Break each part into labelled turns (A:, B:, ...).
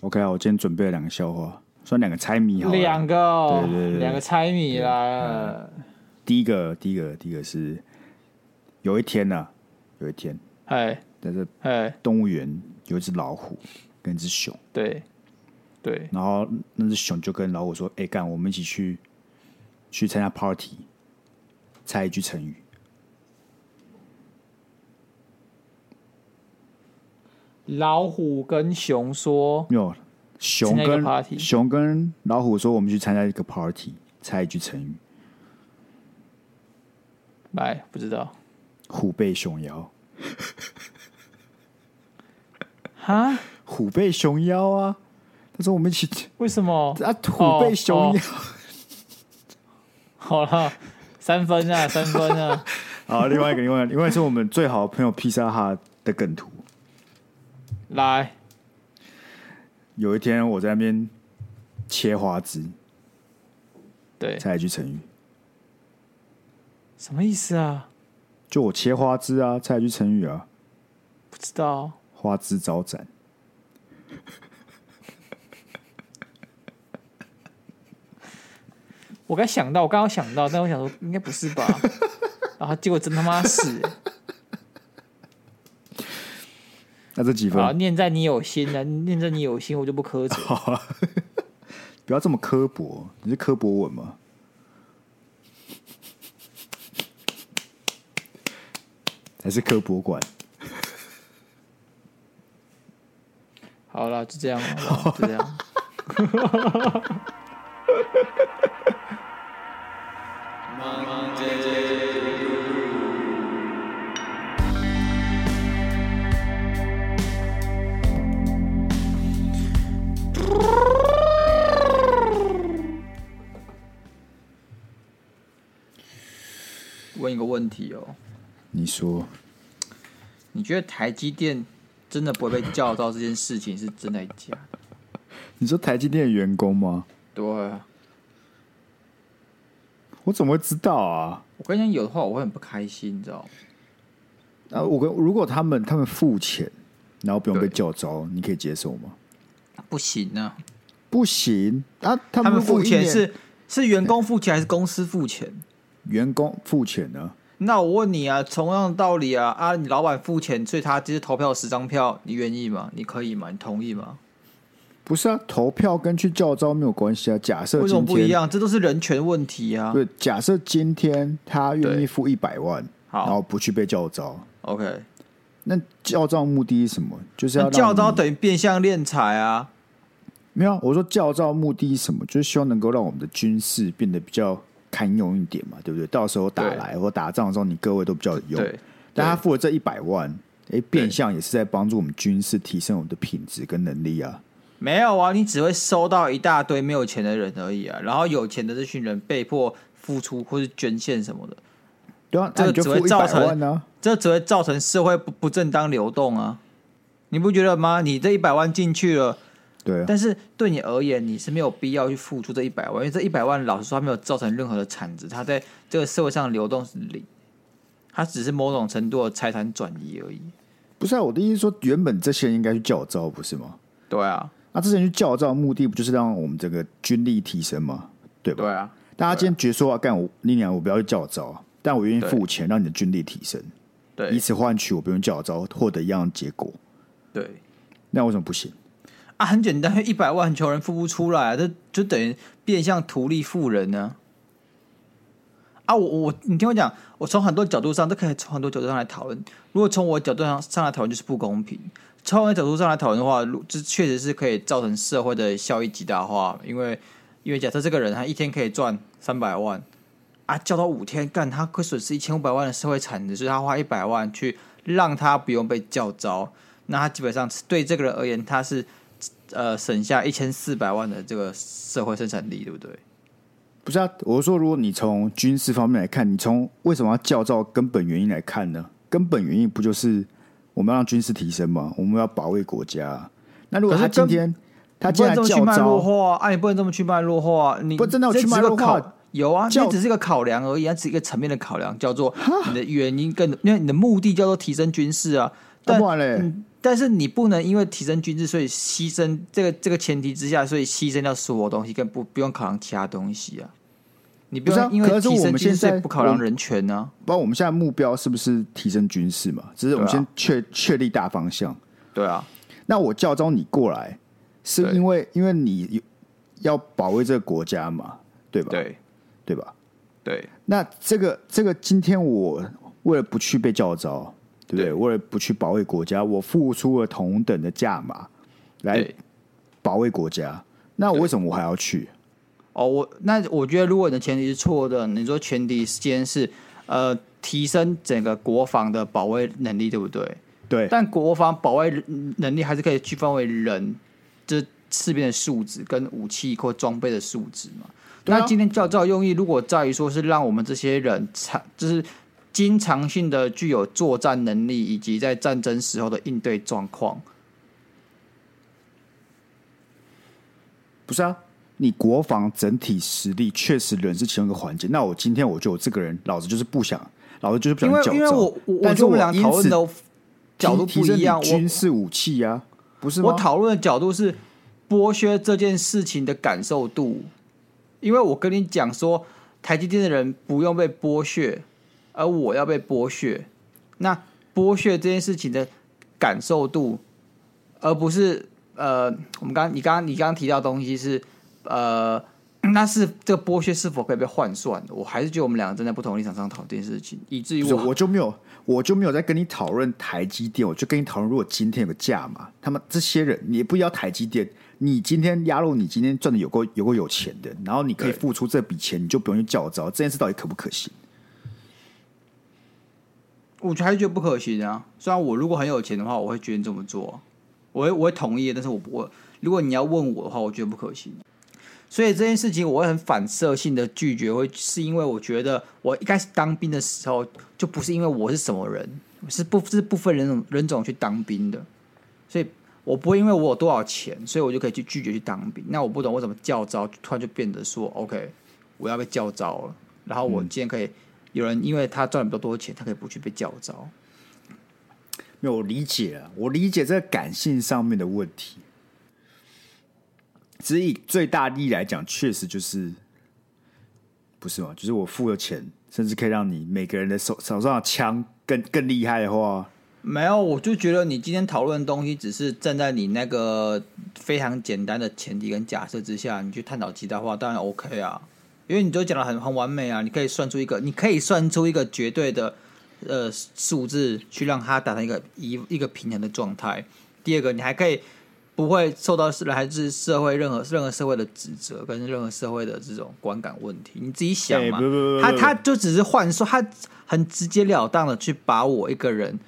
A: OK 啊，我今天准备了两个笑话，算两个猜谜好了。
B: 两个哦
A: 对对对，对
B: 两个猜谜来了。
A: 第一个，第一个，第一个是有一天呢、有一天
B: 哎
A: 在这
B: 哎，
A: 动物园有一只老虎跟一只熊，
B: 对对，
A: 然后那只熊就跟老虎说：“哎、干，我们一起去去参加 party，猜一句成语。
B: 老虎跟熊说”
A: 没有，熊
B: 参加一个
A: 跟
B: party
A: 熊跟老虎说：“我们去参加一个 party，猜一句成语。
B: 来，不知道”
A: 虎背熊腰，
B: 哈？
A: 虎背熊腰啊！他说：“我们一起
B: 为 什么？
A: 啊，虎背熊腰。
B: 哦好了，三分啊，三分啊，
A: 好，另外一个，另外一个另外一个是我们最好的朋友披萨哈的梗图。
B: 来，
A: 有一天我在那边切花枝，
B: 对，
A: 猜一句成语。
B: 什么意思啊？
A: 就我切花枝啊，猜一句成语啊，
B: 不知道，
A: 花枝招展。
B: 我刚想到，我刚刚想到，但我想说应该不是吧，然后结果真他妈是，
A: 那这几分？
B: 好，念在你有心啊，念在你有心，我就不苛责。
A: 不要这么刻薄，你是刻薄文吗？ 还是科博馆？
B: 好了，就这样，好不好就这样。问一个问题哦，
A: 你说
B: 你觉得台积电真的不会被叫到这件事情是真的还是假的？
A: 你说台积电的员工吗？
B: 对啊，
A: 我怎么会知道啊？
B: 我跟你讲，有的话我会很不开心，你知道吗？
A: 啊，我跟如果他们他们付钱，然后不用被
B: 对
A: 叫招，你可以接受吗？
B: 不行啊，
A: 不行啊，他
B: 他
A: 们
B: 们
A: 如果
B: 付
A: 一
B: 钱
A: 年
B: 是是员工付钱还是公司付钱？
A: 员工付钱呢、
B: 那我问你啊，同样的道理啊，啊，你老板付钱，所以他就是投票十张票，你愿意吗？你可以吗？你同意吗？
A: 不是啊，投票跟去叫招没有关系啊。假设
B: 为什
A: 今
B: 么
A: 天
B: 不一？样？这都是人权问题啊。
A: 对，假设今天他愿意
B: 对
A: 付一百万，然后
B: 好
A: 不去被叫招，
B: ，OK，
A: 那叫招目的是什么？就是要
B: 那教
A: 让
B: 招
A: 你
B: 等于变相敛财啊。
A: 没有啊、我说叫招目的是什么？就是希望能够让我们的军事变得比较堪用一点嘛，对不对？到时候打
B: 对
A: 来或打仗的时候，你各位都比较有用。
B: 对，
A: 但他付了这一百万，哎，变相也是在帮助我们军事提升我们的品质跟能力啊。
B: 没有啊，你只会收到一大堆没有钱的人而已啊。然后有钱的这群人被迫付出或是捐献什么的，
A: 对啊，那
B: 这
A: 你
B: 个
A: 就
B: 只会
A: 付一
B: 造
A: 百
B: 成
A: 万呢、啊？
B: 这只会造成社会不不正当流动啊。你不觉得吗？你这一百万进去了，
A: 对啊，
B: 但是对你而言，你是没有必要去付出这一百万，因为这一百万老实说，它没有造成任何的产值，它在这个社会上流动是零，它只是某种程度的财产转移而已。
A: 不是啊，我的意思是说，原本这些人应该去叫招，不是吗？
B: 对啊，
A: 那之前去叫招的目的不就是让我们整个军力提升吗？对吧？
B: 对啊，
A: 大家今天决说啊，干我你娘，我不要去叫招，啊但我愿意付钱让你的军力提升，以
B: 对
A: 此换取我不用叫招，获得一样的结果，
B: 对
A: 那为什么不行？
B: 啊，很简单，因为一百万很穷人付不出来、啊，这就等于变相图利富人呢、啊。我我你听我讲，我从很多角度上，这可以从很多角度上来讨论。如果从我角度上上来讨论，就是不公平；从我的角度上来讨论的话，如这确实是可以造成社会的效益极大化。因为因为假设这个人他一天可以赚三百万，啊，叫到五天干，他亏损失一千五百万的社会产值，所以他花一百万去让他不用被叫招，那他基本上是对这个人而言，他是呃省下一千四百万的这个社会生产力，对不对？
A: 不是啊，我是说，如果你从军事方面来看，你从为什么要叫招根本原因来看呢？根本原因不就是我们要让军事提升吗？我们要保卫国家啊、那如果
B: 可
A: 他
B: 是
A: 今
B: 根
A: 天他
B: 你不
A: 竟然
B: 能这么去
A: 叫
B: 卖弱
A: 招，
B: 化啊！啊你不能这么去卖弱化啊！你
A: 不真的有
B: 这
A: 去
B: 只
A: 卖
B: 是个
A: 弱化
B: 考有啊，
A: 叫
B: 这只是个考量而已，它只是一个层面的考量，叫做你的原因跟因为你的目的叫做提升军事啊。
A: 那
B: 但
A: 不然嘞？
B: 嗯但是你不能因为提升军事，所以牺牲这个这个前提之下，所以牺牲掉所有东西，更不不用考量其他东西啊。你不
A: 不是啊
B: 用因为
A: 可是
B: 提
A: 我
B: 升
A: 们
B: 军事
A: 现在
B: 所以不考量
A: 我
B: 人权啊呢、
A: 不然我们现在目标是不是提升军事嘛？只是我们
B: 对啊
A: 先确确立大方向。
B: 对啊，
A: 那我叫招你过来，是
B: 对
A: 因为因为你有要保卫这个国家嘛，对吧？
B: 对
A: 对吧？
B: 对
A: 那这个这个，今天我为了不去被叫招，对不对？
B: 对
A: 为了不去保卫国家，我付出了同等的价码来
B: 对。
A: 保卫国家。那我为什么我还要去？
B: 哦，我那我觉得，如果你的前提是错的，你说前提之间是呃提升整个国防的保卫能力，对不对？
A: 对，
B: 但国防保卫能力还是可以区分为人，就是士兵的素质跟武器或装备的素质嘛。
A: 对啊
B: 那今天教照用意，如果在于说是让我们这些人常就是经常性的具有作战能力，以及在战争时候的应对状况，
A: 不是啊，你国防整体实力确实人是其中一个环节。那我今天我就我这个人，老子就是不想，老子就是不
B: 因
A: 想
B: 为
A: 较
B: 因为
A: 招
B: 我我
A: 但
B: 觉
A: 是
B: 得
A: 我
B: 我们俩
A: 因
B: 讨论
A: 此
B: 的角度
A: 提
B: 不
A: 提升
B: 一样，
A: 你
B: 我
A: 军事武器呀、啊，不是吗？
B: 我讨论的角度是剥削这件事情的感受度，因为我跟你讲说，台积电的人不用被剥削，而我要被剥削。那剥削这件事情的感受度，而不是呃，我们刚你刚刚你刚刚提到的东西是呃，那是这个剥削是否可以被换算的？我还是觉得我们两个站在不同立场上讨论这件事情，以至于
A: 不是
B: 我
A: 我就没有，我就没有在跟你讨论台积电，我就跟你讨论，如果今天有个价嘛，他们这些人你也不要台积电，你今天鸭肉，你今天赚的有够有够有钱的，然后你可以
B: 对
A: 付出这笔钱，你就不用去较招，这件事到底可不可行？
B: 我还是觉得不可行啊。虽然我如果很有钱的话，我会决定这么做，我会我会同意，但是我不会。如果你要问我的话，我觉得不可行。所以这件事情我会很反射性的拒绝，会是因为我觉得我一开始当兵的时候，就不是因为我是什么人，是不是不分人种人种去当兵的，所以我不会因为我有多少钱，所以我就可以去拒绝去当兵。那我不懂为什么教招突然就变得说，OK，我要被教招了，然后我今天可以、有人因为他赚的比较多钱，他可以不去被教招。
A: 没有，我理解了，我理解这个感性上面的问题。只以最大利益来讲，确实就是不是嘛？就是我付了钱，甚至可以让你每个人的手手上的枪更更厉害的话，
B: 没有，我就觉得你今天讨论的东西只是站在你那个非常简单的前提跟假设之下，你去探讨其他话，当然 OK 啊，因为你都讲的很很完美啊，你可以算出一个，你可以算出一个绝对的呃数字，去让它达成一个一一个平衡的状态。第二个，你还可以不会受到是来自社会任何任何社会的指责跟任何社会的这种观感问题，你自己想
A: 哎
B: 嘛
A: 不不不不。
B: 他
A: 不
B: 他就只是换说，他很直截了当的去把我一个人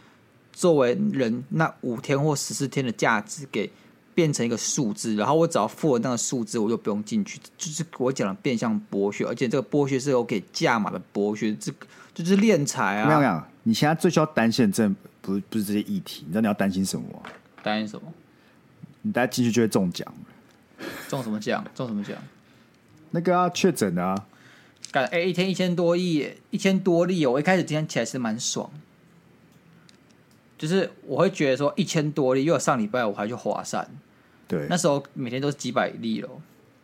B: 作为人那五天或十四天的价值给变成一个数字，然后我只要付了那个数字，我就不用进去。就是我讲的变相剥削，而且这个剥削是有给价码的剥削，这个就是敛财
A: 我跟你
B: 啊。
A: 讲，你现在最需要担心的，真的不是不是这些议题，你知道你要担心什么吗？
B: 担心什么？
A: 你大家进去就会中奖，
B: 中什么奖？中什么奖？
A: 那个啊，确诊啊，
B: 感哎、一天一千多亿，一千多例哦，我一开始今天起来是蛮爽，就是我会觉得说一千多例，因为我上礼拜我还去华山，
A: 对
B: 那时候每天都是几百例了哦，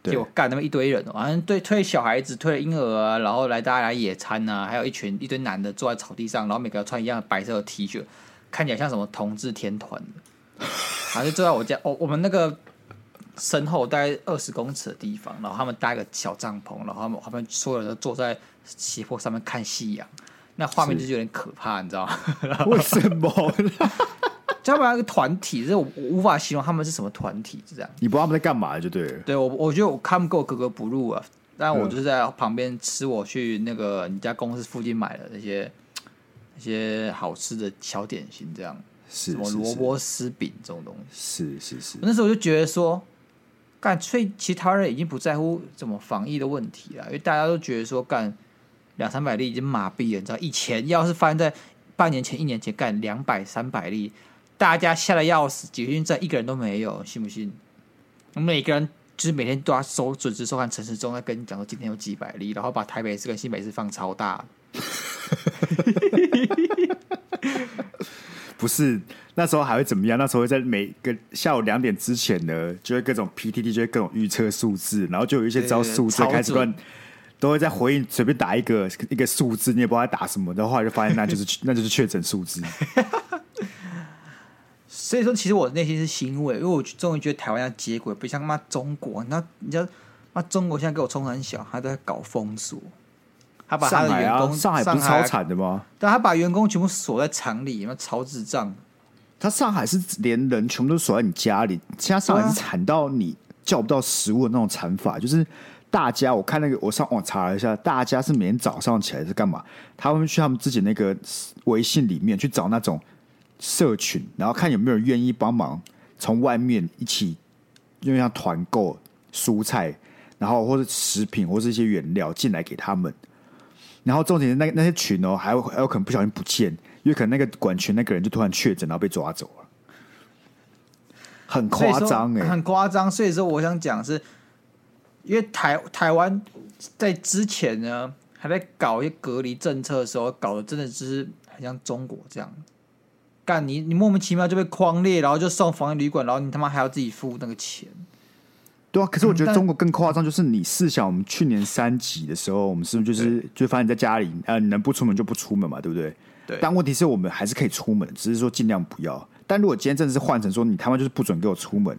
A: 对
B: 结果干那么一堆人哦，好像对推小孩子、推婴儿啊，然后来大家来野餐啊，还有一群一堆男的坐在草地上，然后每个人穿一样的白色的 T 恤，看起来像什么同志天团的，然后就坐在我家，哦，我们那个身后大概二十公尺的地方，然后他们搭一个小帐篷，然后他们他们所有人都坐在斜坡上面看夕阳，那画面
A: 是
B: 就是有点可怕，你知道吗？
A: 为什么？
B: 就他们那个团体，这我无法形容他们是什么团体，是这样。
A: 你不知道他们在干嘛就对了。
B: 对我，我觉得我看不够格格不入啊。但我
A: 嗯
B: 就是在旁边吃我去那个你家公司附近买的那些那些好吃的小点心，这样
A: 是
B: 什么
A: 是
B: 萝卜丝饼这种东西。
A: 是是是
B: 那时候我就觉得说，干，所以其他人已经不在乎怎么防疫的问题了，因为大家都觉得说，干两三百例已经麻痹了，你知道，以前要是发生在半年前、一年前，干两百、三百例，大家吓得要死，集训站一个人都没有，信不信？我们每个人就是每天都要收准时收看陈时中在跟你讲说今天有几百例，然后把台北市跟新北市放超大。
A: 不是那时候还会怎么样？那时候会在每个下午两点之前呢，就会各种 PTT 就会各种预测数字，然后就有一些招数字
B: 对对
A: 开始
B: 超准
A: 乱，都会在回应随便打一个一个数字，你也不知道他打什么，然后后来就发现那就是那就是确诊数字。
B: 所以说，其实我内心是欣慰，因为我终于觉得台湾要接轨，不像妈中国，那你知道妈中国现在给我冲很小，他都在搞封锁，他 把他
A: 上
B: 的
A: 海
B: 员
A: 啊，
B: 工
A: 上海不是超
B: 啊
A: 惨的吗？
B: 但他把员工全部锁在厂里，那超智障。
A: 他上海是连人全部都锁在你家里，现在上海
B: 对啊
A: 是惨到你叫不到食物的那种惨法，就是大家我看那个我上网查了一下，大家是每天早上起来是干嘛？他们去他们自己那个微信里面去找那种社群，然后看有没有人愿意帮忙从外面一起，用像团购蔬菜，然后或者食品或是一些原料进来给他们。然后重点是那那些群哦，还有还有可能不小心不见，因为可能那个管群那个人就突然确诊，然后被抓走了，很
B: 所以
A: 夸
B: 说
A: 张哎、
B: 很夸张。所以说，我想讲的是，因为台台湾在之前呢，还在搞一些隔离政策的时候，搞的真的就是很像中国这样。干你你莫名其妙就被框列，然后就送防疫旅馆，然后你他妈还要自己付那个钱。
A: 对啊，可是我觉得
B: 但
A: 中国更夸张，就是你试想，我们去年三级的时候，我们是不是就是就发现在家里，呃，你能不出门就不出门嘛，对不对？
B: 对
A: 但问题是我们还是可以出门，只是说尽量不要。但如果今天真的是换成说你他妈就是不准给我出门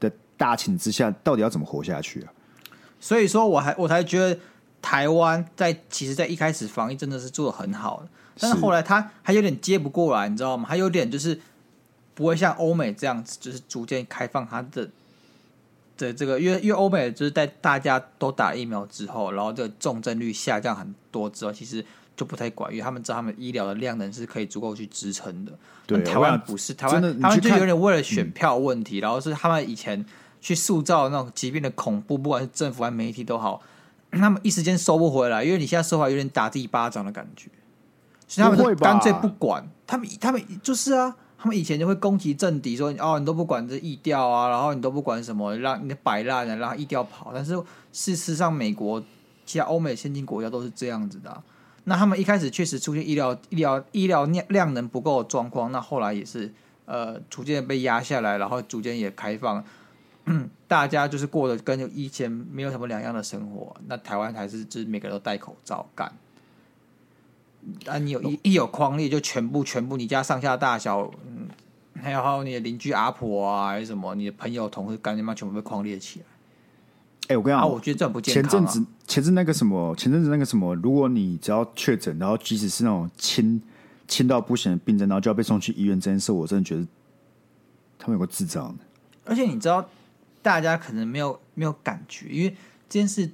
A: 的大情之下，到底要怎么活下去啊？
B: 所以说我还我才觉得台湾在其实，在一开始防疫真的是做的很好的，但是
A: 是
B: 后来他还有点接不过来，你知道吗？还有点就是不会像欧美这样子，就是逐渐开放他的的这个，因为因为欧美就是在大家都打疫苗之后，然后这个重症率下降很多之后，其实就不太管，因为他们知道他们医疗的量能是可以足够去支撑的。
A: 对
B: 但台
A: 我
B: 湾
A: 想
B: 不是，台
A: 真的你
B: 湾
A: 去
B: 他们就
A: 看嗯
B: 有点为了选票问题，然后是他们以前去塑造那种疾病的恐怖，不管是政府还是媒体都好，他们一时间收不回来，因为你现在收回来有点打自己巴掌的感觉，所以他们
A: 不会
B: 就
A: 吧
B: 干脆不管。他们他们就是啊，他们以前就会攻击政敌，说哦你都不管这疫调啊，然后你都不管什么，让你摆烂了，让疫调跑。但是事实上，美国其他欧美先进国家都是这样子的啊、那他们一开始确实出现医疗医疗医疗量量能不够的状况，那后来也是呃逐渐被压下来，然后逐渐也开放， 大家就是过得跟以前没有什么两样的生活。那台湾还是就是每个人都戴口罩干。啊，你有一一有框列就全部全部你家上下大小，嗯，还有还有你的邻居阿婆啊，还是什么，你的朋友同事干他妈全部被框列起来。
A: 哎、我跟你
B: 啊，
A: 讲，
B: 我觉得这很不健
A: 前
B: 康、
A: 阵
B: 啊。
A: 子，前阵子那个什么，前阵子那个什么，如果你只要确诊，然后即使是那种轻轻到不行的病症，然后就要被送去医院这件事，我真的觉得他们有个智障的。
B: 而且你知道，大家可能没有没有感觉，因为这件事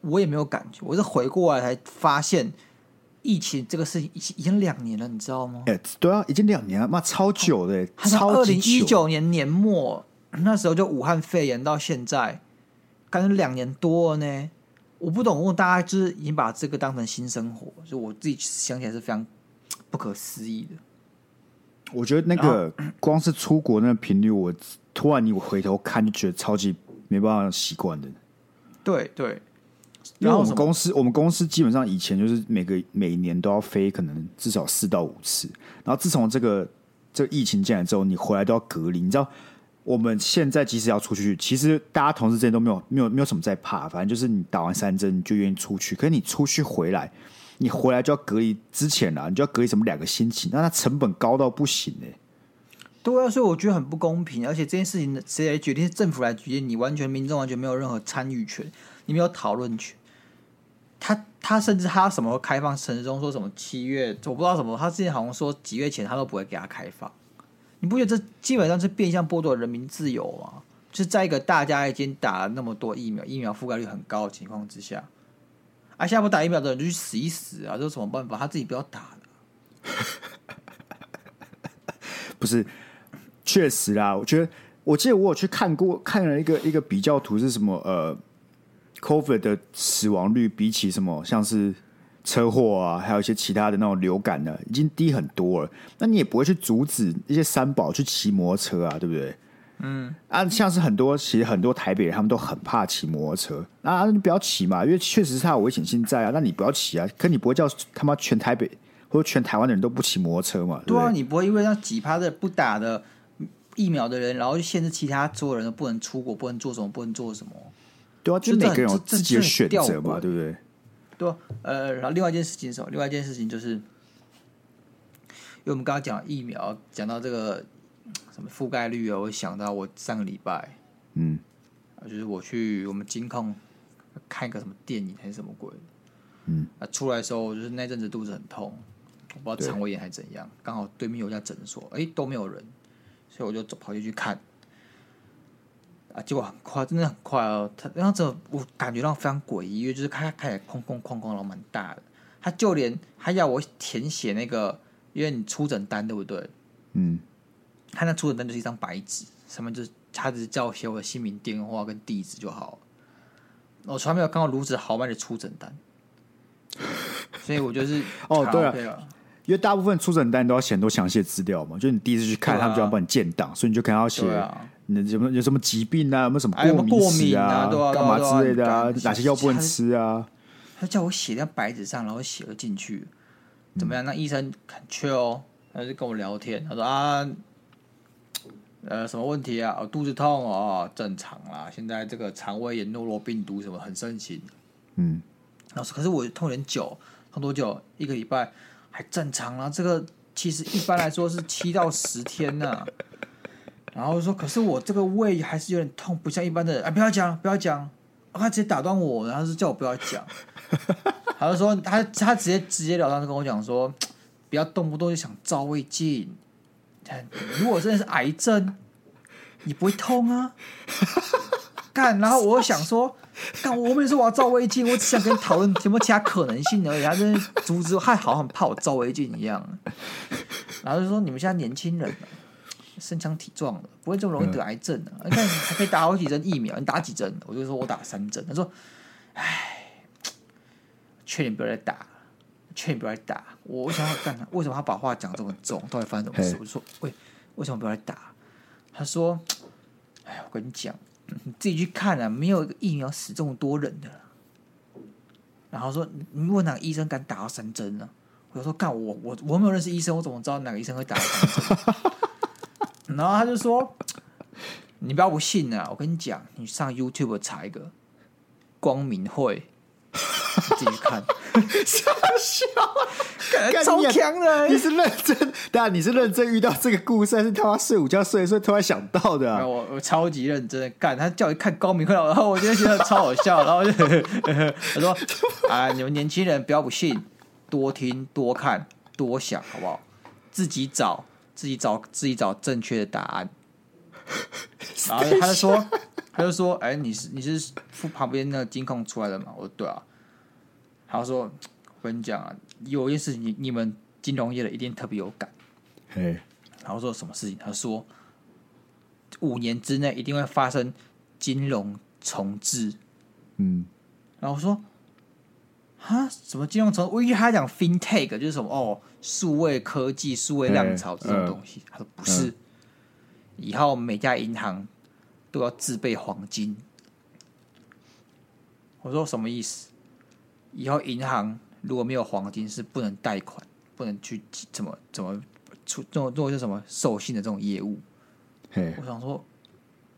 B: 我也没有感觉，我是回过来才发现疫情这个事情已经已经两年了，你知道吗？
A: 哎、对啊，已经两年了，妈超久的、欸，
B: 它从
A: 超
B: 哦二
A: 级
B: 零一
A: 久。
B: 九年年末那时候就武汉肺炎到现在，感觉两年多了呢。我不懂，我大家就是已经把这个当成新生活，就我自己想起来是非常不可思议的。
A: 我觉得那个光是出国那个频率，我突然你回头看就觉得超级没办法习惯的。
B: 对对，
A: 因为
B: 然后
A: 我
B: 什
A: 们
B: 么
A: 公司，我们公司基本上以前就是每个每年都要飞，可能至少四到五次。然后自从这个这个疫情进来之后，你回来都要隔离。你知道，我们现在即使要出去，其实大家同事之间都没有没有没有什么在怕，反正就是你打完三针你就愿意出去。可是你出去回来，你回来就要隔离之前啊，你就要隔离什么两个星期，那它成本高到不行哎、
B: 对啊，所以我觉得很不公平，而且这件事情的谁来决定？是政府来决定，你完全民众完全没有任何参与权，你没有讨论权。他他甚至他什么开放陈时中说什么七月，我不知道什么，他之前好像说几月前他都不会给他开放。你不觉得这基本上是变相剥夺人民自由吗？就是在一个大家已经打了那么多疫苗，疫苗覆盖率很高的情况之下，啊，现在不打疫苗的人就去死一死啊，这有什么办法？他自己不要打了。
A: 不是，确实啦，我觉得，我记得我有去看过，看了一个一个比较图是什么？呃，COVID 的死亡率比起什么，像是车祸啊，还有一些其他的那种流感呢、已经低很多了。那你也不会去阻止一些三宝去骑摩托车啊，对不对？嗯，啊，像是很多其实很多台北人他们都很怕骑摩托车，啊，那你不要骑嘛，因为确实是它有危险性在啊。那你不要骑啊，可你不会叫他妈全台北或或者全台湾的人都不骑摩托车嘛，对
B: 对
A: 不
B: 啊，
A: 对？
B: 你不会因为让几趴的不打的疫苗的人，然后就限制其他所有人都不能出国，不能做什么，不能做什么。
A: 对啊，就是
B: 这
A: 每个人有
B: 这这
A: 自己的
B: 这很
A: 选
B: 吊
A: 择嘛，
B: 诡
A: 对不对？
B: 对啊、呃，然后另外一件事情是什么？另外一件事情就是，因为我们刚刚讲疫苗，讲到这个嗯什么覆盖率啊，我想到我上个礼拜，
A: 嗯，
B: 啊就是我去我们金控看一个什么电影还是什么鬼，
A: 嗯，
B: 啊，出来的时候就是那阵子肚子很痛，我不知
A: 对
B: 道肠胃炎还是怎样，刚好对面有一家诊所，哎、都没有人，所以我就走跑进去看。啊，结果很快，真的很快哦。他那时候我感觉到非常诡异，因为就是他开始哐哐哐哐，然后蛮大的。他就连他要我填写那个，因为你出诊单对不对？
A: 嗯，
B: 他那出诊单就是一张白纸，上面就是他只是叫我写我的姓名、电话跟地址就好了。我从来没有看过如此豪迈的出诊单，所以我就是
A: 哦
B: 好
A: 对啊
B: OK 了，
A: 因为大部分出诊单都要写很多详细的资料嘛，就你第一次去看，
B: 对啊
A: 他们就要帮你建档，所以你就可能要写
B: 对啊，
A: 你的有没有有什么疾病啊，有没有什么
B: 哎有没有
A: 敏
B: 过
A: 史
B: 敏啊对啊
A: 干嘛
B: 对啊对啊
A: 之类的啊
B: 你看，
A: 哪些药不能吃啊？
B: 他叫我写在白纸上，然后写了进去，怎么样？那医生很缺哦，他就跟我聊天，他说啊，呃，什么问题啊？哦、肚子痛哦，正常啦。现在这个肠胃炎、诺罗病毒什么很盛行。
A: 嗯，
B: 然后说可是我痛有点久，痛多久？一个礼拜还正常啦。这个其实一般来说是七到十天呐、然后说，可是我这个胃还是有点痛，不像一般的人。啊，不要讲，不要讲。哦他直接打断我，然后是叫我不要讲。他就说，他他直接直截了当的跟我讲说，不要动不动就想照胃镜。如果真的是癌症，你不会痛啊。干，然后我又想说，干，我没说我要照胃镜，我只想跟你讨论有没有其他可能性而已。他真的阻止我，还好像怕我照胃镜一样。然后就说你们现在年轻人、啊、身强体壮的，不会这么容易得癌症的、啊。你看还可以打好几针疫苗，你打几针？我就说我打三针。他说，哎，劝你不要再打了，劝你不要再打。我我想要干他，为什么他把话讲这么重？到底发生什么事
A: 嘿？
B: 我就说，喂，为什么不要再打？他说，哎，我跟你讲。你自己去看啊，没有一个疫苗死这么多人的啦。然后说，你你问哪个医生敢打到三针呢、我就说，干我我我没有认识医生，我怎么知道哪个医生会打到三针？ 然后他就说，你不要不信啊，我跟你讲，你上 YouTube 查一个光明会，你自己去看， 感觉
A: 干
B: 超
A: 你啊
B: 强的、
A: 你
B: 欸。
A: 是认真，当然你是认真遇到这个故事，还是他妈睡午觉睡一睡突然想到的
B: 然
A: 啊
B: 后？我我超级认真的干，他叫我去看光明会，然后我就觉得超好笑，然后就他说啊，你们年轻人不要不信，多听多看多想，好不好？自己找自己找自己找正确的答案。然后他就说，他就说，哎、你是你是旁边那个监控出来的吗？我说对啊。他说，我跟你讲啊，有一件事情你你们金融业的一定特别有感。
A: 嘿，
B: 然后说什么事情？他说五年之内一定会发生金融重置。
A: 嗯，
B: 然后我说啊，什么金融重？我以为他讲 fintech 就是什么哦，数位科技、数位浪潮这种东西。他说不是，以后每家银行都要自备黄金。我说什么意思？以后银行如果没有黄金是不能贷款，不能去怎么怎么出这种做些什么授信的这种业务。
A: 嘿，
B: 我想说，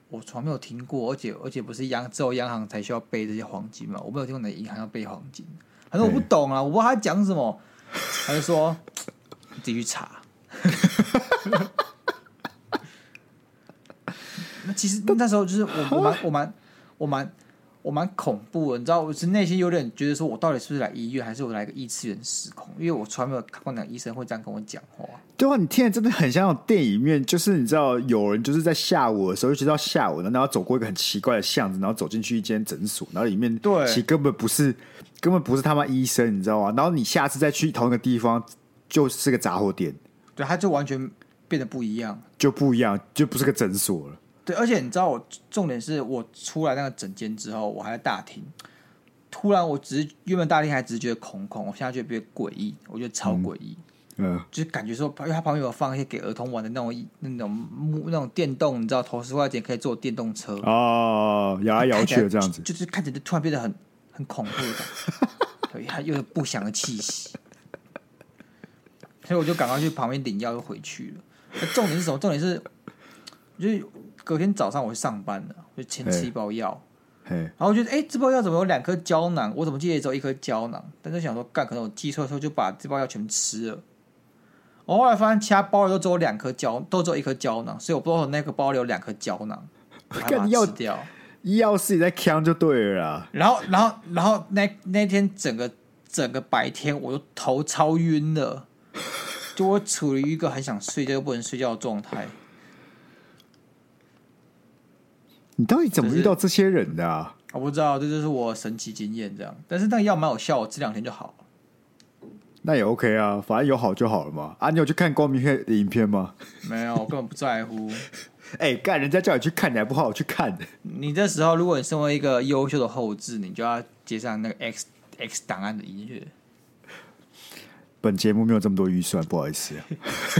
B: 我从来没有听过，而且而且不是央只有央行才需要备这些黄金嘛？我没有听过哪个银行要备黄金。他说我不懂啊，我不知道他讲什么。他就说你自己去查。 那其实那时候就是我我蛮我蛮我蛮我蛮恐怖的，你知道，我是内心有点觉得说我到底是不是来医院，还是我来个异次元时空？因为我从来没有看过哪个医生会这样跟我讲话。
A: 对啊，你听着真的很像那种电影里面，就是你知道有人就是在下午的时候，尤其到下午，然后走过一个很奇怪的巷子，然后走进去一间诊所，然后里面
B: 对
A: 其实根本不是，根本不是他妈医生，你知道吗？然后你下次再去同一个地方，就是个杂货店，
B: 对，他就完全变得不一样。
A: 就不一样，就不是个诊所了。
B: 对，而且你知道我重点是我出来那个整间之后，我还在大厅，突然我只是原本大厅还只是觉得空空，我现在觉得诡异，我觉得超诡异，
A: 嗯，
B: 就是感觉说，因为它旁边有放一些给儿童玩的那种那种木那种电动，你知道，投十块钱可以坐电动车，
A: 哦，摇来摇去的这 样子，
B: 就就是看起来就突然变得很 很恐怖的感觉，对它又有不祥的气息。所以我就赶快去旁边领药就回去了。那重点是什么？重点是，就是隔天早上我去上班了，我就先吃一包药，
A: 嘿，
B: 然后我觉得，哎、这包药怎么有两颗胶囊？我怎么记得只有一颗胶囊？但是想说，干，可能我记错的时候就把这包药全吃了。我后来发现，其他包里都只有两颗胶，都只有一颗胶囊，所以我不知道我那个包里有两颗胶囊，我还把它
A: 干药
B: 吃掉。
A: 医药自己在扛就对了啦。
B: 然后，然后，然后那那天整个整个白天，我就头超晕了，就我处于一个很想睡觉又不能睡觉的状态。
A: 你到底怎么遇到这些人的、啊？
B: 我不知道，这就是我神奇经验这样。但是那个药蛮有效，我吃两天就好了。
A: 那也 OK 啊，反正有好就好了嘛。啊，你有去看光明黑的影片吗？
B: 没有，我根本不在乎。
A: 哎、干，人家叫你去看，你还不好好去看？
B: 你这时候，如果你身为一个优秀的后置，你就要接上那个 X X 档案的音乐，
A: 本节目没有这么多预算，不好意思、啊。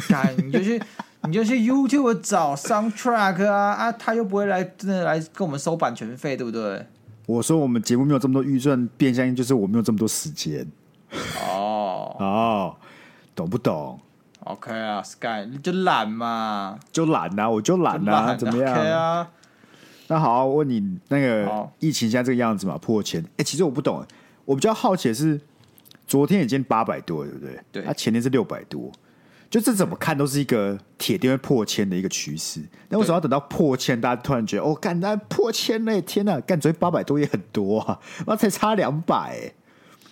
B: 干你就去你就去 YouTube 找 soundtrack 啊啊，他又不会来真的来跟我们收版权费，对不对？
A: 我说我们节目没有这么多预算，变相就是我没有这么多时间
B: 哦、
A: 哦，懂不懂？
B: o k 啊，Sky 你就懒嘛，
A: 就懒呐、我就懒
B: 就
A: 呐、
B: 懒
A: 怎么样？
B: ？OK 啊，
A: 那好，我问你那个
B: 好
A: 疫情现在这个样子嘛，破千。哎、其实我不懂，我比较好奇的是，昨天已经八百多了，对不对？
B: 对
A: 它、前天是六百多，就这怎么看都是一个铁定会破千的一个趋势。那为什么要等到破千，大家突然觉得哦，干，那破千嘞，天呐、干，昨天八百多也很多啊，那才差两百、欸。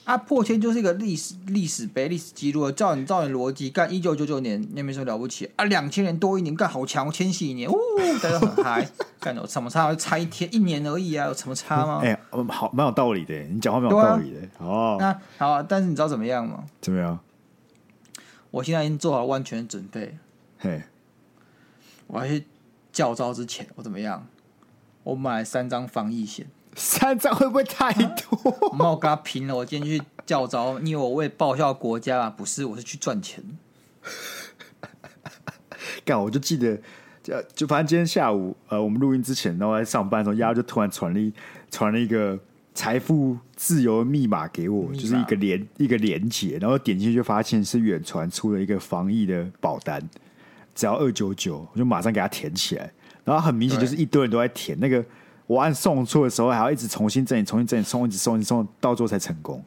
B: 啊，破千就是一个历史历史杯、历史记录了。啊照你照你逻辑，干一九九九年那没什么了不起啊，两千年多一年，干好强，哦千禧年，呜，大家都很嗨。干有什么差？差一天一年而已啊，有什么差吗？
A: 哎、嗯好，蛮有道理的，你讲话蛮有
B: 对啊
A: 道理的。哦，
B: 那好、啊，但是你知道怎么样吗？
A: 怎么样？
B: 我现在已经做好了万全的准备，
A: 嘿，
B: 我要去教招之前，我怎么样？我买了三张防疫险，
A: 三张会不会太多？
B: 我我跟他拼了。我今天去教招，因为我为报效国家啊，不是，我是去赚钱。
A: 干，我就记得，就就反正今天下午，呃，我们录音之前，然后在上班的时候，丫就突然传了一传了一个财富自由的密码给我，
B: 密码
A: 就是一个连一个连接，然后点进去就发现是远传出了一个防疫的保单，只要二九九，我就马上给它填起来。然后很明显就是一堆人都在填那个，我按送错的时候还要一直重新整理、重新整理、送、一直送、一直送，到最后才成功。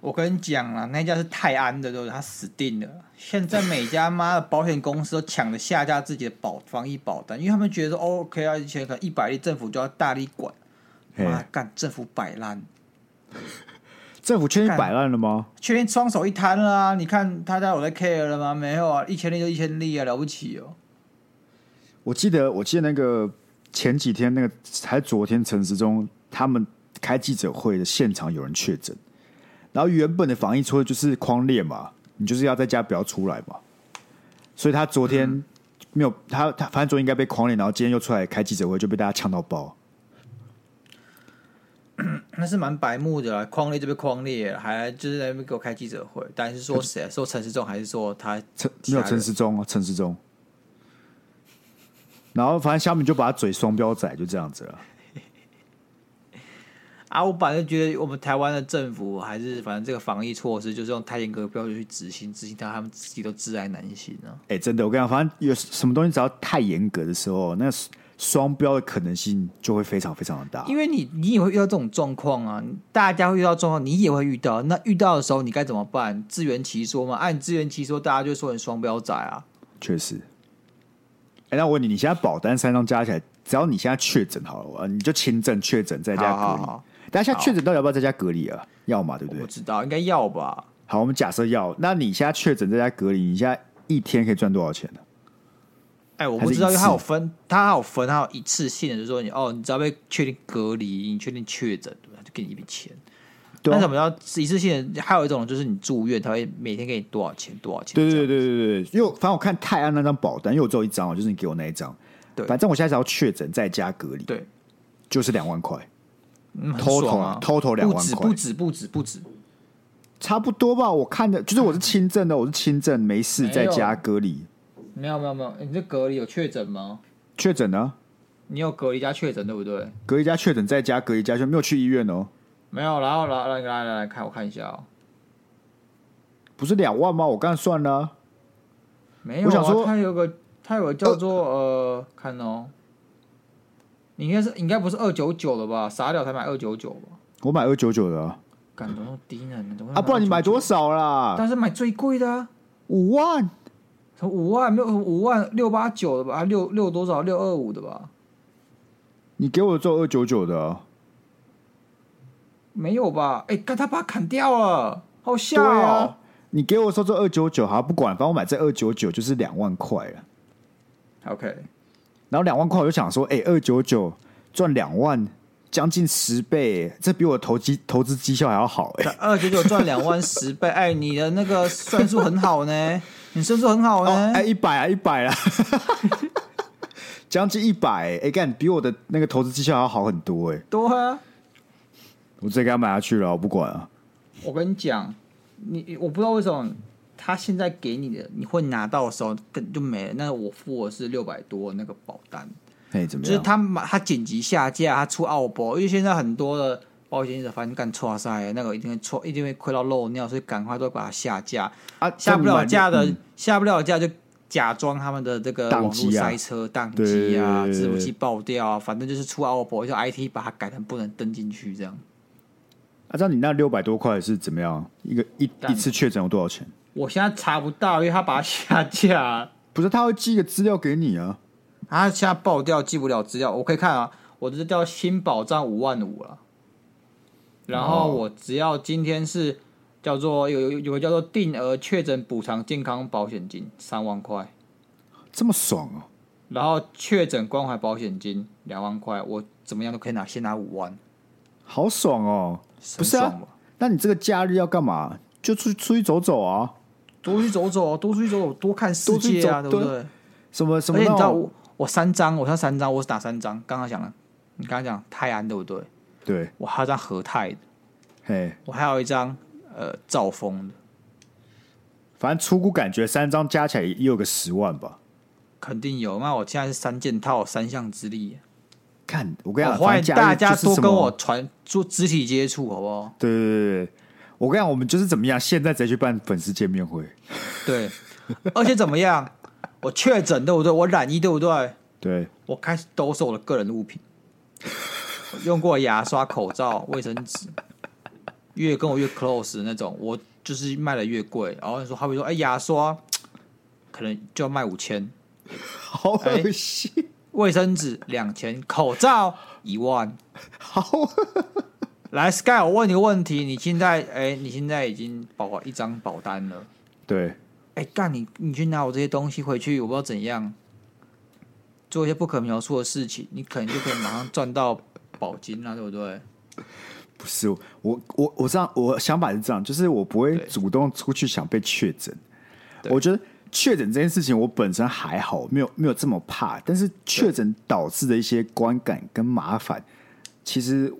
B: 我跟你讲啦，那家是泰安的，对不对？他死定了。现在每家妈的保险公司都抢着下架自己的保防疫保单，因为他们觉得说、哦、OK 啊，以前可能一百例政府就要大力管，
A: 嘿
B: 妈干政府摆烂。
A: 政府确定
B: 干
A: 摆烂了吗？
B: 确定双手一摊了啊！你看他家有在 care 了吗？没有啊，一千例就一千例啊，了不起哦。
A: 我记得，我记得那个前几天那个，还昨天陈时中他们开记者会的现场有人确诊，然后原本的防疫措施就是框列嘛，你就是要在家不要出来嘛，所以他昨天没有、他他反正昨天应该被框列，然后今天又出来开记者会就被大家呛到爆。
B: 那是蛮白目的啦，框列就被框列了，还就是在那边给我开记者会，但是说谁啊？说陈世忠还是说他
A: 陈
B: 其
A: 没
B: 他
A: 有
B: 人
A: 陈时中啊，陈时中。然后反正下面就把他嘴双标仔就这样子了。
B: 啊？我本来就觉得我们台湾的政府还是反正这个防疫措施就是用太严格的标准去执行，执行到他们自己都自爱难行啊。
A: 哎、真的，我跟你讲，反正有什么东西只要太严格的时候，那双标的可能性就会非常非常的大。
B: 因为你你也会遇到这种状况啊，大家会遇到状况，你也会遇到。那遇到的时候你该怎么办？自圆其说嘛，按、啊你自圆其说，大家就说你双标仔啊。
A: 确实。哎、那我问你，你现在保单三张加起来，只要你现在确诊好了，呃你就轻症确诊在家隔离。
B: 好好好
A: 大家现在确诊到底要不要在家隔离啊？要嘛，对不
B: 我不
A: 对？
B: 知道，应该要吧？
A: 好，我们假设要，那你现在确诊在家隔离，你现在一天可以赚多少钱呢、
B: 哎，我
A: 还
B: 不
A: 是
B: 知道，
A: 一
B: 因为它
A: 次
B: 有分，它还有分，它有一次性的，就是说你哦，你只要被确定隔离，你确定确诊，对吧？就给你一笔钱。
A: 对
B: 那
A: 啊
B: 什么叫一次性的？还有一种就是你住院，他会每天给你多少钱，多少钱？
A: 对对对对对对，因为我反正我看泰安那张保单，因为我只有一张哦，就是你给我那一张。
B: 对
A: 反正我现在只要确诊在家隔离，
B: 对，
A: 就是两万块，
B: 嗯，很
A: Total
B: 爽啊
A: 啊，total 两万块
B: 不止不止不止不止，
A: 差不多吧。我看的就是我是轻症的，我是轻症，没事
B: 没有
A: 在家隔离，
B: 没有没有没有，欸你这隔离有确诊吗？
A: 确诊呢，
B: 你有隔离加确诊对不对？
A: 隔离加确诊在家隔离加确诊，没有去医院哦。
B: 没有，然后然后来来来来看我看一下哦，
A: 不是两万吗？我刚才算了啊、
B: 没有、
A: 我
B: 啊，
A: 想说
B: 它有个它有个叫做呃，看哦，你应该是应该不是二九九了吧？傻屌才买二九九吧？
A: 我买二九九的啊
B: 感动低能怎么会
A: 啊，不然你买多
B: 299？
A: 少啊啦？
B: 但是买最贵的啊，
A: 五万，
B: 什么五万没有五万六八九的吧？啊六六多少六二五的吧？
A: 你给我做二九九的、啊，
B: 没有吧？哎、干他把它砍掉了，好笑、哦
A: 对啊你给我说这二九九，好不管，反正我买这二九九就是两万块了。
B: OK，
A: 然后两万块，我就想说，哎、2二九九赚两万，将近十倍，这比我投机投资绩效还要好哎、
B: 二九九赚两万十倍，哎，你的那个算术很好呢，你算术很好呢。
A: 哦，哎，一百啊，一百啊， 将近一百，哎，干比我的那个投资绩效还要好很多哎、
B: 对啊，
A: 我直接给他买下去了，我不管啊。
B: 我跟你讲，你我不知道为什么他现在给你的，你会拿到的时候根就没了。那我付的是六百多那个保单，
A: 哎，怎么
B: 就
A: 样？
B: 是他买他紧急下架，他出澳博，因为现在很多的保险业者发现干错塞，那个一定会错，一定会亏到漏尿，所以赶快都把它下架。
A: 啊，
B: 下不了架的，
A: 嗯
B: 下不了架就假装他们的这个
A: 宕
B: 网络
A: 机啊
B: 塞车、宕机啊、
A: 对
B: 伺服器爆掉啊，反正就是出 o u t b o 就 IT 把它改成不能登进去这样。
A: 啊，照你那六百多块是怎么样？一个一
B: 干
A: 一次确诊有多少钱？
B: 我现在查不到，因为他把它下架，啊
A: 不是，他会寄个资料给你啊。
B: 他现在爆掉，记不了资料。我可以看啊，我这叫新保障五万五了。然后
A: 哦
B: 我只要今天是叫做有有有个叫做定额确诊补偿健康保险金三万块，
A: 这么爽哦、
B: 然后确诊关怀保险金两万块，我怎么样都可以拿，先拿五万。
A: 好爽哦、
B: 不
A: 不是啊那你这个假日要干嘛？就出去出去走走啊，
B: 多去走走，多出去走走，多看世界啊，对
A: 多去走
B: 不对？
A: 什么什
B: 而
A: 么
B: 且你
A: 那
B: 知道
A: 种
B: 我我三张，我上三张，我是打三张。刚刚讲了，你刚刚讲泰安对不对？
A: 对，
B: 我还有一张和泰的，
A: 嘿，
B: 我还有一张呃兆丰的，
A: 反正出估感觉三张加起来也有个十万吧。
B: 肯定有。那我现在是三件套，三项之力。
A: 看，我
B: 我
A: 跟你讲，
B: 欢
A: 反
B: 迎
A: 正
B: 大
A: 假日
B: 家
A: 啊就是
B: 多
A: 什
B: 跟
A: 么
B: 我传做肢体接触，好不好？
A: 对对对对，我跟你讲，我们就是怎么样，现在直接去办粉丝见面会。
B: 对，而且怎么样？我确诊对不对？我染疫对不对？
A: 对，
B: 我开始兜售我的个人物品，我用过牙刷、口罩、卫生纸，越跟我越 close 的那种，我就是卖的越贵。然后你说，他会说，哎、牙刷可能就要卖五千，
A: 好恶心，
B: 卫生纸两千，口罩一万。
A: 好恶
B: 来，Sky，我问你个问题，你现在，哎、你现在已经保一张保单了，
A: 对，
B: 哎、干你，你去拿我这些东西回去，我不知道怎样做一些不可描述的事情，你可能就可以马上赚到保金了，对不对？
A: 不是我我我这样，我想法是这样，就是我不会
B: 对
A: 主动出去想被确诊。
B: 对
A: 我觉得确诊这件事情，我本身还好，没有没有这么怕，但是确诊导致的一些观感跟麻烦，其实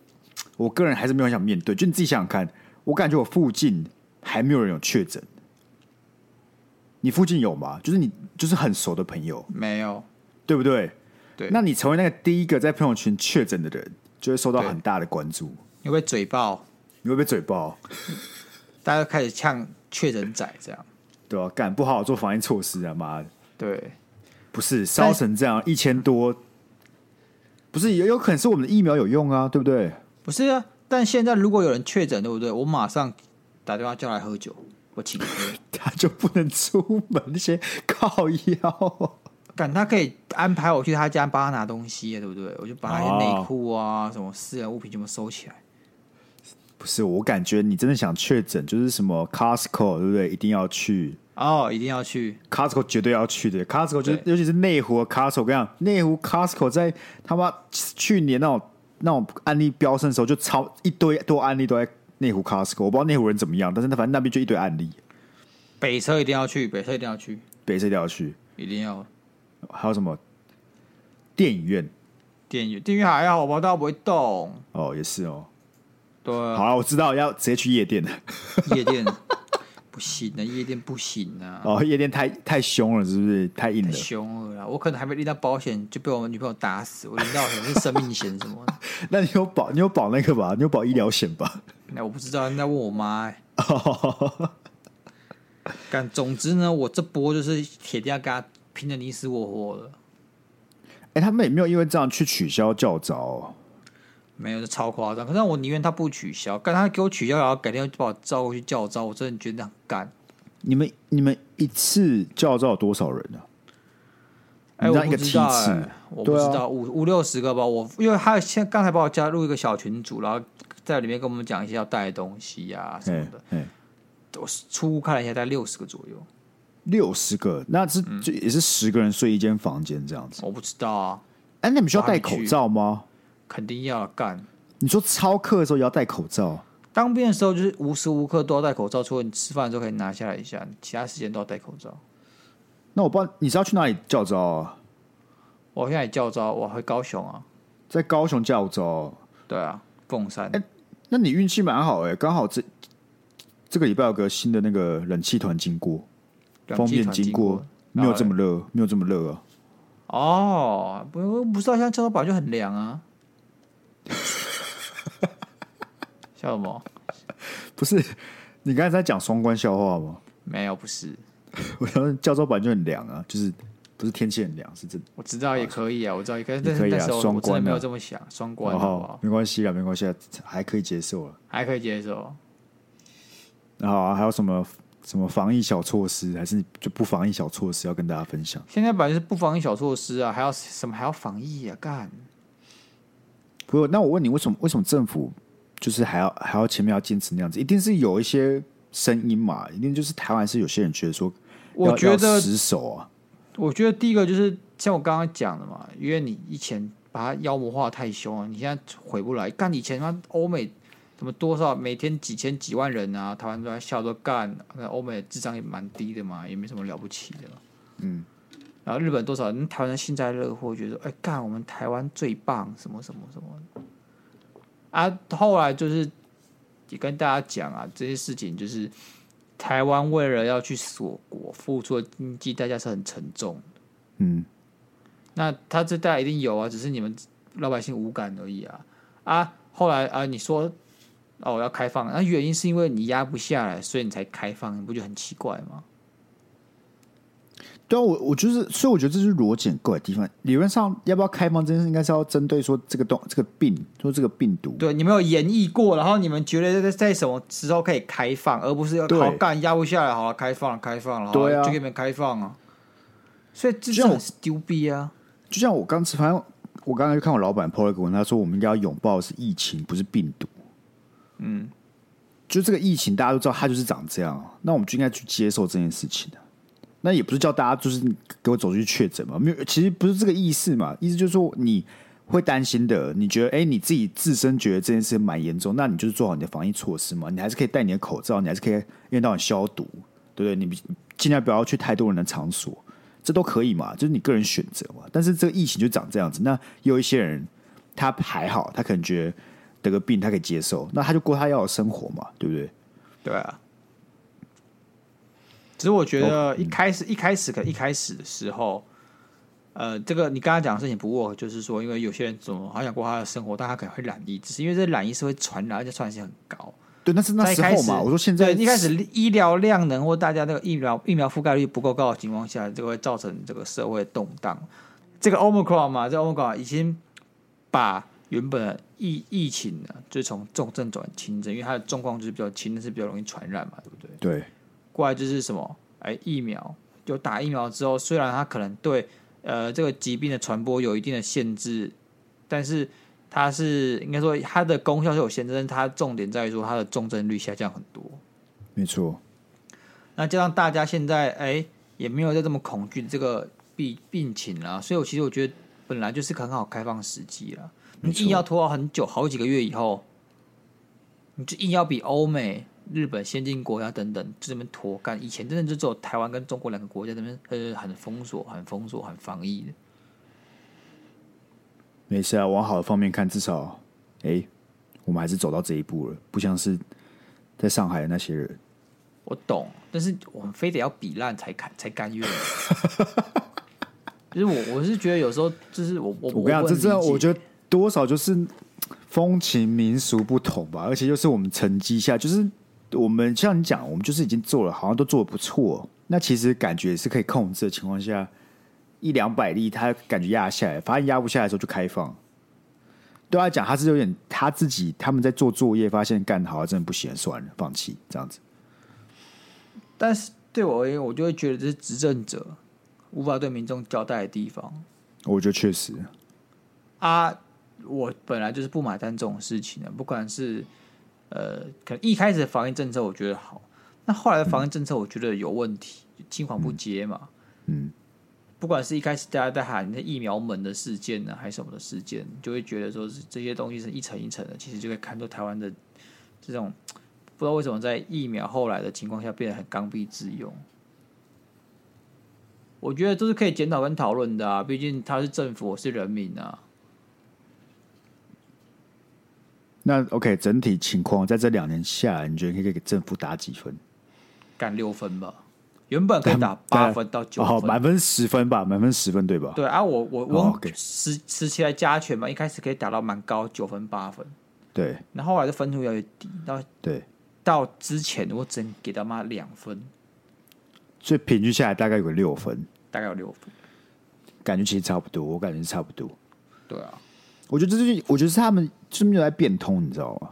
A: 我个人还是没有很想面对。就你自己想想看，我感觉我附近还没有人有确诊，你附近有吗？就是你就是很熟的朋友，
B: 没有，
A: 对不对？
B: 对
A: 那你成为那个第一个在朋友圈确诊的人，就会受到
B: 对
A: 很大的关注，
B: 你会被嘴爆，
A: 你会被嘴爆。
B: 大家都开始呛确诊仔这样。
A: 对啊，干不好好做防疫措施啊，妈的！
B: 对，
A: 不是
B: 但
A: 烧成这样一千多，不是也有可能是我们的疫苗有用啊，对不对？
B: 不是啊。但现在如果有人确诊，对不对？我马上打电话叫来喝酒，我请喝。
A: 他就不能出门那些靠 腰，
B: 敢他可以安排我去他家帮他拿东西，对不对？我就把他的内裤啊、什么私人物品全部收起来。
A: 不是我感觉你真的想确诊，就是什么 Costco 对不对？一定要去
B: 哦，一定要去。
A: Costco 绝对要去的，Costco 就是
B: 对
A: 尤其是内湖的 Costco，我跟你讲，内湖 Costco 在他妈去年那种那种案例飙升的时候，就超一堆多案例都在内湖 Costco，我不知道内湖人怎么样，但是反正那边就一堆案例，
B: 北车一定要去，北车一定要去，
A: 北这要去。
B: 一定要。
A: 还有什么电影院
B: 电影电影还好吧，大哎家不会动。
A: 哦，也是哦。
B: 对啊、
A: 好了，我知道要直接去夜 店了。
B: 夜店不行啊，夜店不行啊。
A: 哦，夜店太太凶了，是不是？太硬
B: 太
A: 了。
B: 凶恶了啦！我可能还没拎到保险就被我女朋友打死，我拎到可能是生命险什么的，
A: 那你有保你有保那个吧？你有 保医疗险吧？
B: 那我不知道，那问我妈、欸。干，总之呢，我这波就是铁定要跟他拼的你死我活了。
A: 哎、他们也没有因为这样去取消教招哦、
B: 没有，这超夸张。可是我宁愿他不取消，干他给我取消，然后改天就把我招过去叫招，我真的觉得很干。
A: 你们你们一次教招有多少人啊呢、
B: 哎、
A: 你
B: 我
A: 让一
B: 不
A: 个
B: 知
A: 梯
B: 道、
A: 次
B: 哎，我不
A: 对
B: 知
A: 啊
B: 道、五五六十个吧。我因为他现在刚才把我加入一个小群组，然后在里面跟我们讲一些要带的东西呀、什么
A: 哎
B: 的。
A: 哎，
B: 我初步看了一下，大概六十个左右。
A: 六十个，那是、
B: 嗯
A: 就也是十个人睡一间房间这样子。
B: 我不知道啊，
A: 哎、那你们需要
B: 我还
A: 戴
B: 没
A: 口
B: 去
A: 罩吗？
B: 肯定要干。
A: 你说操课的时候也要戴口罩？
B: 当兵的时候就是无时无刻都要戴口罩，除了你吃饭的时候可以拿下来一下，其他时间都要戴口罩。
A: 那我不知道你是要去哪里教招啊？
B: 我现在也叫招，我回高雄啊，
A: 在高雄教招，
B: 对啊，凤山。
A: 哎那你运气蛮好哎、刚好这这个礼拜有个新的那个冷气团经过，
B: 两
A: 封
B: 集
A: 面
B: 团
A: 经
B: 经
A: 过，没有这么热，没有这么热啊。
B: 哦，不不知道，现在教导板就很 凉啊。笑什么？
A: 不是， 你刚才在讲双关笑话吗？
B: 没有，不是，
A: 我想说教招版就很凉啊，就是不是天气很凉，是真的。
B: 我知道也可以啊，我知道也可以，但
A: 可
B: 是
A: 以啊
B: 那时候
A: 双
B: 我真
A: 关啊哦
B: 的没有这么想，双关好不好？啊
A: 没关系啦，没关系啦，还可以接受了。
B: 还可以接受。
A: 然后、啊、还有什么什么防疫小措施，还是就不防疫小措施要跟大家分享？
B: 现在本来就是不防疫小措施啊，还要什么还要防疫啊？干，
A: 不过，那我问你，为什么为什么政府就是还要还要前面要坚持那样子？一定是有一些声音嘛，一定就是台湾是有些人觉得说要，
B: 我觉
A: 要
B: 得
A: 死守啊，
B: 我觉得第一个就是像我刚刚讲的嘛，因为你以前把它妖魔化得太凶了，你现在回不来。干以前他妈欧美怎么多少每天几千几万人啊，台湾都在笑说干，那欧美的智商也蛮低的嘛，也没什么了不起的嘛。嗯。然后日本多少人，台湾人幸灾乐祸，觉得哎干我们台湾最棒，什么什么什么的。啊，后来就是也跟大家讲啊，这些事情就是台湾为了要去锁国，付出的经济代价是很沉重的。
A: 嗯，
B: 那他这代一定有啊，只是你们老百姓无感而已啊。啊，后来啊，你说哦要开放，那、原因是因为你压不下来，所以你才开放，你不觉得很奇怪吗？
A: 对啊，我我就是，所以我觉得这就是逻辑很怪的地方。理论上，要不要开放这件事，应该是要针对说这个东这个病，说这个病毒。
B: 对，你们有演绎过，然后你们觉得在在什么时候可以开放，而不是要
A: 对
B: 好干压不下来，好了开放了开放了，好
A: 对啊
B: 就给你们开放啊。所以
A: 就
B: 这
A: 像
B: 种
A: 我
B: 很丢逼啊！
A: 就像我刚吃饭，我刚刚就看我老板 PO 了一个文，他说我们应该要拥抱的是疫情，不是病毒。嗯，就这个疫情，大家都知道它就是长这样，啊那我们就应该去接受这件事情的。那也不是叫大家就是给我走出去确诊嘛，没有，其实不是这个意思嘛，意思就是说你会担心的，你觉得哎、你自己自身觉得这件事蛮严重，那你就是做好你的防疫措施嘛，你还是可以戴你的口罩，你还是可以用到你消毒，对不对？你尽量不要去太多人的场所，这都可以嘛，就是你个人选择嘛。但是这个疫情就长这样子，那也有一些人他还好，他可能觉得得个病他可以接受，那他就过他要的生活嘛，对不对？
B: 对啊。只是我觉得一开始、一开始可能一开始的时候，呃，这个你刚刚讲的事情不 work，就是说，因为有些人怎么好想过他的生活，但他可能会染疫，只是因为这染疫是会传染，而且传染性很高。
A: 对，那是那
B: 在一
A: 时
B: 开
A: 候
B: 始
A: 嘛。我说现在
B: 对一开始医疗量能或大家那个疫苗疫苗覆盖率不够高的情况下，就会造成这个社会动荡。这个 Omicron 嘛，这个 Omicron 已经把原本的疫疫情呢，就是从重症转轻症，因为它的状况就是比较轻，但是比较容易传染嘛，对不对？
A: 对
B: 过来就是什么？哎，疫苗有打疫苗之后，虽然它可能对呃这个疾病的传播有一定的限制，但是它是应该说它的功效是有限制，但是它重点在于说它的重症率下降很多。
A: 没错，
B: 那加上大家现在哎也没有在这么恐惧这个病病情啦，所以我其实我觉得本来就是很好开放时机啦。你
A: 没错
B: 硬要拖到很久，好几个月以后，你就硬要比欧美、日本先进国家等等就这边拖干。以前真的就只有台湾跟中国两个国家这边呃很封锁、很封锁、很防疫的。
A: 没事啊。往好的方面看，至少哎，我们还是走到这一步了，不像是在上海的那些人。
B: 我懂，但是我们非得要比烂才甘才甘愿。 就是我，我是觉得有时候就是我我
A: 我跟你讲，这真的，我觉
B: 得
A: 得多少就是风情民俗不同吧，而且又是我们沉积下，就是我们像你讲，我们就是已经做了，好像都做的不错，那其实感觉也是可以控制的情况下，一两百例他感觉压下来，发现压不下来的时候就开放。对啊他讲，他是有点他自己他们在做作业，发现干好像真的不行，算了，放弃这样子。
B: 但是对我而言，我就会觉得这是执政者无法对民众交代的地方
A: 我觉得确实，
B: 啊。我本来就是不买单这种事情的，不管是呃，可能一开始的防疫政策我觉得好，那后来的防疫政策我觉得有问题，青黄不接嘛。
A: 嗯，
B: 不管是一开始大家在喊那疫苗门的事件呢，还是什么的事件，就会觉得说是这些东西是一层一层的，其实就可以看出台湾的这种不知道为什么在疫苗后来的情况下变得很刚愎自用。我觉得这是可以检讨跟讨论的啊，毕竟他是政府，我是人民啊。
A: 那 OK，整体情况在这两年下来，你觉得可以给政府打几分？
B: 干六分吧，原本可以打八分到九
A: 哦，
B: 分。
A: 满分十分吧，满分十分对吧？
B: 对啊，我我
A: 哦
B: 我
A: ，OK
B: 时时期来加权嘛，一开始可以打到蛮高，九分八分，
A: 对
B: 然后后来的分数越来越低，到
A: 对，
B: 到之前我只能给他妈两分，
A: 所以平均下来大概有个六分，
B: 大概有六分。
A: 感觉其实差不多，我感觉是差不多。
B: 对啊，
A: 我觉得这就是，我觉得是他们是没有在变通，你知道吗？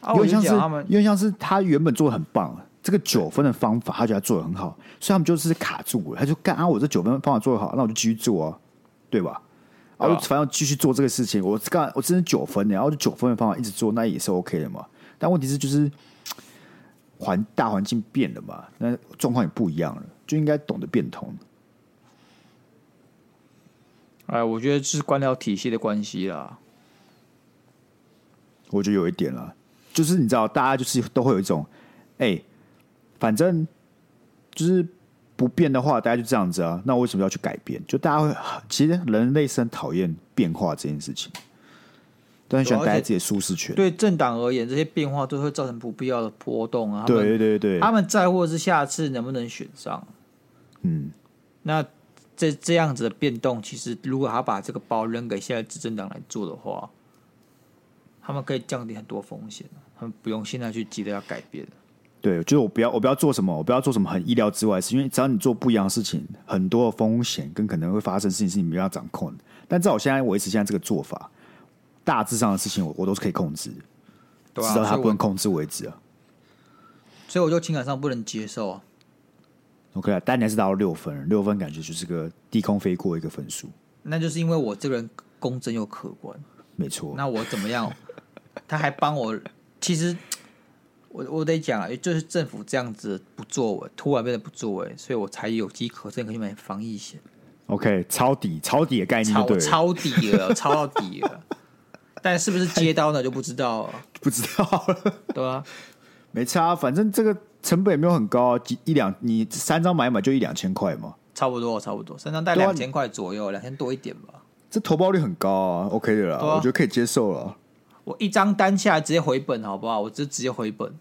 B: 啊，
A: 有
B: 我
A: 点
B: 就
A: 像是
B: 讲他们，
A: 有点像是他原本做的很棒，这个九分的方法他觉得他做的很好，所以他们就是卡住了，他就干啊，我这九分方法做的好，那我就继续做啊，对吧？啊，
B: 对啊
A: 我就反正继续做这个事情，我干我真的九分的，欸然后就九分的方法一直做，那也是 OK 的嘛。但问题是就是环大环境变了嘛，那状况也不一样了，就应该懂得变通。
B: 哎，我觉得是官僚体系的关系啦。
A: 我觉得有一点啦，就是你知道，大家就是都会有一种，哎、反正就是不变的话，大家就这样子啊，那为什么要去改变？就大家会，其实人类是很讨厌变化这件事情，都很喜欢
B: 对而且
A: 待在自己的舒适圈。
B: 对啊政党而言，这些变化都会造成不必要的波动啊。他们
A: 对对对
B: 他
A: 对，
B: 们在乎的是下次能不能选上。
A: 嗯，
B: 那这这样子的变动，其实如果他把这个包扔给现在执政党来做的话，他们可以降低很多风险，他们不用现在去急着要改变。
A: 对，就是我不要我不要做什么，我不要做什么很意料之外的事，因为只要你做不一样的事情，很多的风险跟可能会发生的事情是你没有掌控的。但照我现在维持现在这个做法，大致上的事情我我都是可以控制的，
B: 对
A: 直到
B: 啊，
A: 它
B: 所以
A: 不能
B: 我
A: 控制为止啊。
B: 所以我就情感上不能接受啊。
A: OK 啊，但你还是达到六分，六分感觉就是个低空飞过一个分数，
B: 那就是因为我这个人公正又客观，
A: 没错。
B: 那我怎么 样？他还帮我，其实我我得讲啊，就是政府这样子不作为，突然变得不作为，所以我才有机可乘，可以去买防疫险。
A: OK，抄底，抄底的概念就
B: 抄
A: 对了，
B: 抄底了， 抄到底了。但是不是接刀呢就不知道了，
A: 不知道了，
B: 对吧、
A: 没差，反正这个成本也没有很高啊，几一两，你三张买一买就一两千块嘛，
B: 差不多，差不多，身上带
A: 对啊
B: 两千块左右，两千多一点吧。
A: 这投报率很高啊，OK 的啦，
B: 对啊
A: 我觉得可以接受了。
B: 我一张单下来直接回本，好不好？我就直接回本。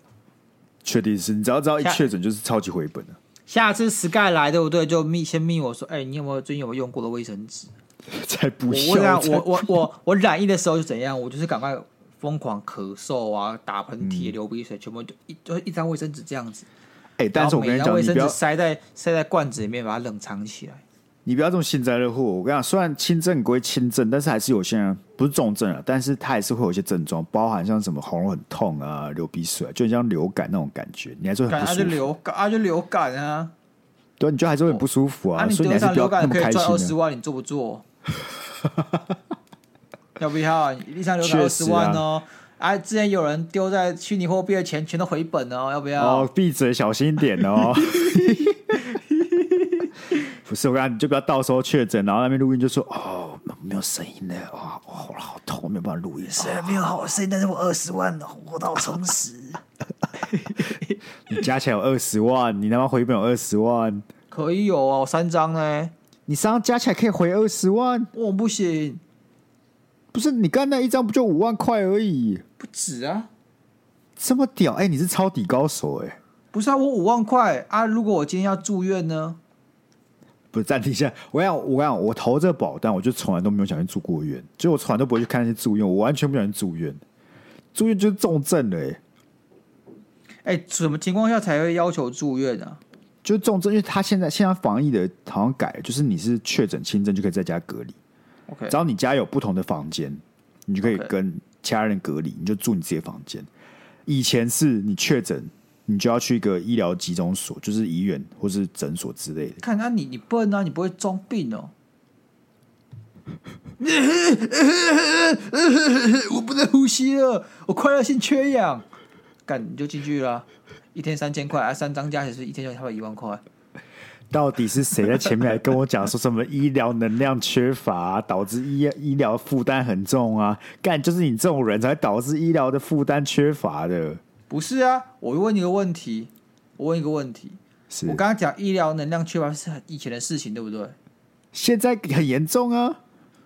A: 确定是你只要只要一
B: 下
A: 确诊就是超级回本的，
B: 下次 Sky 来，对不对？就密先密我说，哎、你有没有最近有没有用过的卫生纸？
A: 才不
B: 我
A: 要
B: 我想
A: 才
B: 我我我我染疫的时候就怎样？我就是赶快疯狂咳嗽啊，打喷
A: 嗯
B: 嚏、流鼻水，全部就一就一张卫生纸这样子。
A: 哎、但是我跟
B: 然后每
A: 你
B: 张
A: 讲，
B: 卫
A: 你
B: 生
A: 不
B: 纸
A: 要
B: 塞在塞在罐子里面，把它冷藏起来。
A: 你不要这种幸灾乐祸。我跟你讲，虽然轻症归轻症，但是还是有些人不是重症啊，但是他还是会有一些症状，包含像什么喉咙很痛啊、流鼻水、啊，就很像流感那种感觉，你还是会很 不
B: 感啊
A: 舒
B: 就
A: 服。
B: 流感啊就流感 啊，
A: 对，你就还是会很不舒服啊，
B: 啊你
A: 所以你还
B: 得
A: 是
B: 上
A: 不要
B: 流
A: 那
B: 感
A: 么
B: 可以
A: 开
B: 赚二
A: 心
B: 十
A: 啊。
B: 万，你做 不做？要不要？你上流感二
A: 确
B: 十
A: 实啊
B: 万哦！啊，之前有人丢在虚拟货币的钱全都回本哦，要不要？
A: 哦，闭嘴，小心一点 哦。不是，我跟你讲，你就不要到时候确诊，然后那边录音就说哦，没有声音了，哇、哇，喉咙好痛，我没有办法录音。
B: 虽然没有好声音，但是我二十万哦活到充实，
A: 你加起来有二十万，你他妈回本有二十万，
B: 可以有哦，我三张呢，
A: 你三张加起来可以回二十万。
B: 我不行，
A: 不是你刚才那一张不就五万块而已，
B: 不止啊，
A: 这么屌？哎、你是抄底高手哎、
B: 不是啊，我五万块啊，如果我今天要住院呢？
A: 不是暂停一下，我跟你讲，我跟你讲，我投这保单，我就从来都没有想去住过院，就我从来都不会去欸看那些住院，我完全不想去住院，住院就是重症了哎、
B: 哎，什么情况下才会要求住院啊？
A: 就是重症，因为他现在现在防疫的好像改了，就是你是确诊轻症就可以在家隔离，
B: OK，
A: 只要你家有不同的房间，你就可以
B: OK
A: 跟其他人隔离，你就住你自己的房间。以前是你确诊，你就要去一个医疗集中所，就是医院或是诊所之类的。
B: 看啊你，你笨啊，你不会装病哦。 我不能呼吸了，我快要性缺氧。干你就进去啦、一天三千块，啊，三张加起来是一天就差不多一万块。
A: 到底是谁在前面来跟我讲说什么医疗能量缺乏啊、导致医医疗负担很重啊？干，就是你这种人才导致医疗的负担缺乏的。
B: 不是啊，我问你个问题，我问一个问题，
A: 是
B: 我刚刚讲医疗能量缺乏是很以前的事情，对不对？
A: 现在很严重啊！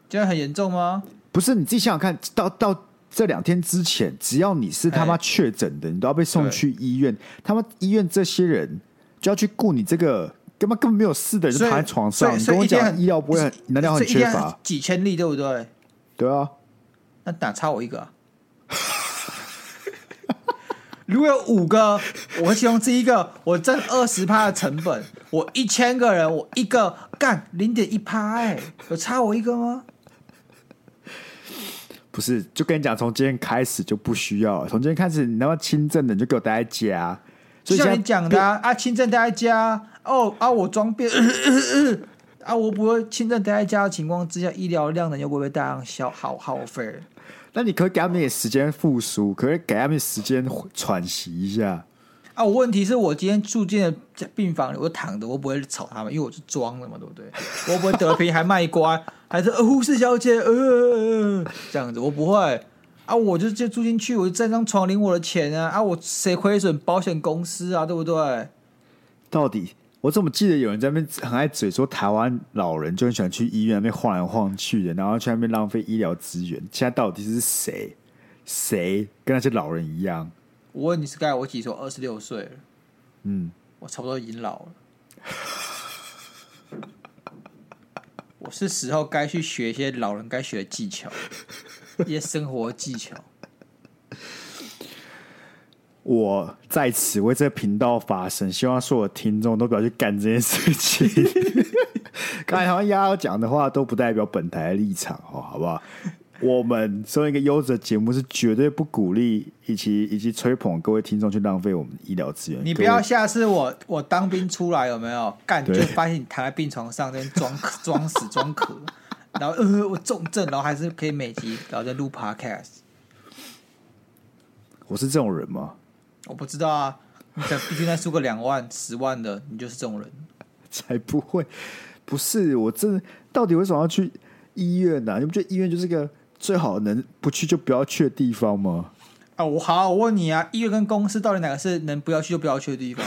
B: 现在很严重吗？
A: 不是你自己想想看，到到这两天之前，只要你是他妈
B: 哎
A: 确诊的，你都要被送
B: 对
A: 去医院。他妈医院这些人就要去顾你这个，根本根本没有事的人就
B: 所以
A: 躺在床
B: 所
A: 上。
B: 以
A: 你
B: 所
A: 跟
B: 以
A: 我
B: 一天
A: 讲
B: 很
A: 医疗不会很能量很缺
B: 这一天
A: 乏，
B: 几千例，对不对？
A: 对啊，
B: 那哪差我一个、啊？ 如果有五个，我会其中之一个，我挣二十趴的成本，我一千个人，我一个干零点一趴，哎、有差我一个吗？
A: 不是，就跟你讲，从今天开始就不需要了。从今天开始，你他妈轻症的你就给我待在家。所以
B: 就
A: 现
B: 像
A: 在
B: 你讲的啊，啊轻症待在家，哦啊，我装病， 啊，我不会轻症待在家的情况之下，医疗量能又不会大量消耗耗费？
A: 那你可不可以给他们一点时间复苏，可不可以给他们时间喘息一下。
B: 啊，我问题是我今天住进了呃病房里，我躺着，我不会吵他们，因为我是装的嘛，对不对？我不会得病还卖乖，还是、呃、护士小姐，呃呃，呃这样子，我不会。啊，我就就住进去，我就占张床领我的钱啊！啊，我谁亏损？保险公司啊，对不对？
A: 到底我怎么记得有人在那边很爱嘴说台湾老人就很喜欢去医院那边晃来晃去的，然后去那边浪费医疗资源。现在到底是谁？谁跟那些老人一样？
B: 我问你，Sky，我几岁？二十六岁了，
A: 嗯，
B: 我差不多已经老了。我是时候该去学一些老人该学的技巧，一些生活技巧。
A: 我在此为这个频道发声，希望所有听众都不要去干这件事情。 刚才好像丫丫讲的话都不代表本台的立场哦，好不好？我们身为一个优质的节目，是绝对不鼓励以及以及吹捧各位听众去浪费我们的医疗资源。
B: 你
A: 各
B: 不
A: 位
B: 要下次我我当兵出来有没有干就
A: 对
B: 发现你躺在病床上在那边装装死装咳，然后呃我重症，然后还是可以每集然后再录 podcast，
A: 我是这种人吗？
B: 我不知道啊，你在毕竟再输个两万十万的，你就是这种人。
A: 才不会，不是我真的到底为什么要去医院啊呢、你不觉得医院就是个最好能不去就不要去的地方吗？
B: 啊，我好，我问你啊，医院跟公司到底哪个是能不要去就不要去的地方？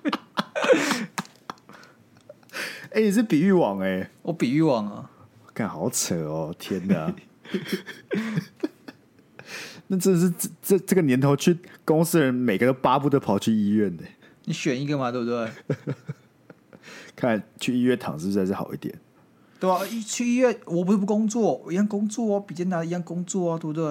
A: 哎、你是比喻网哎、
B: 我比喻网啊，
A: 看好扯哦，天哪！ 那真的是这这这个年头，去公司的人每个都巴不得跑去医院的、
B: 你选一个嘛，对不对？
A: 看去医院躺是不是还是好一点？
B: 对啊，一去医院，我不是不工作，我一样工作哦，比肩拿一样工作哦，对不对？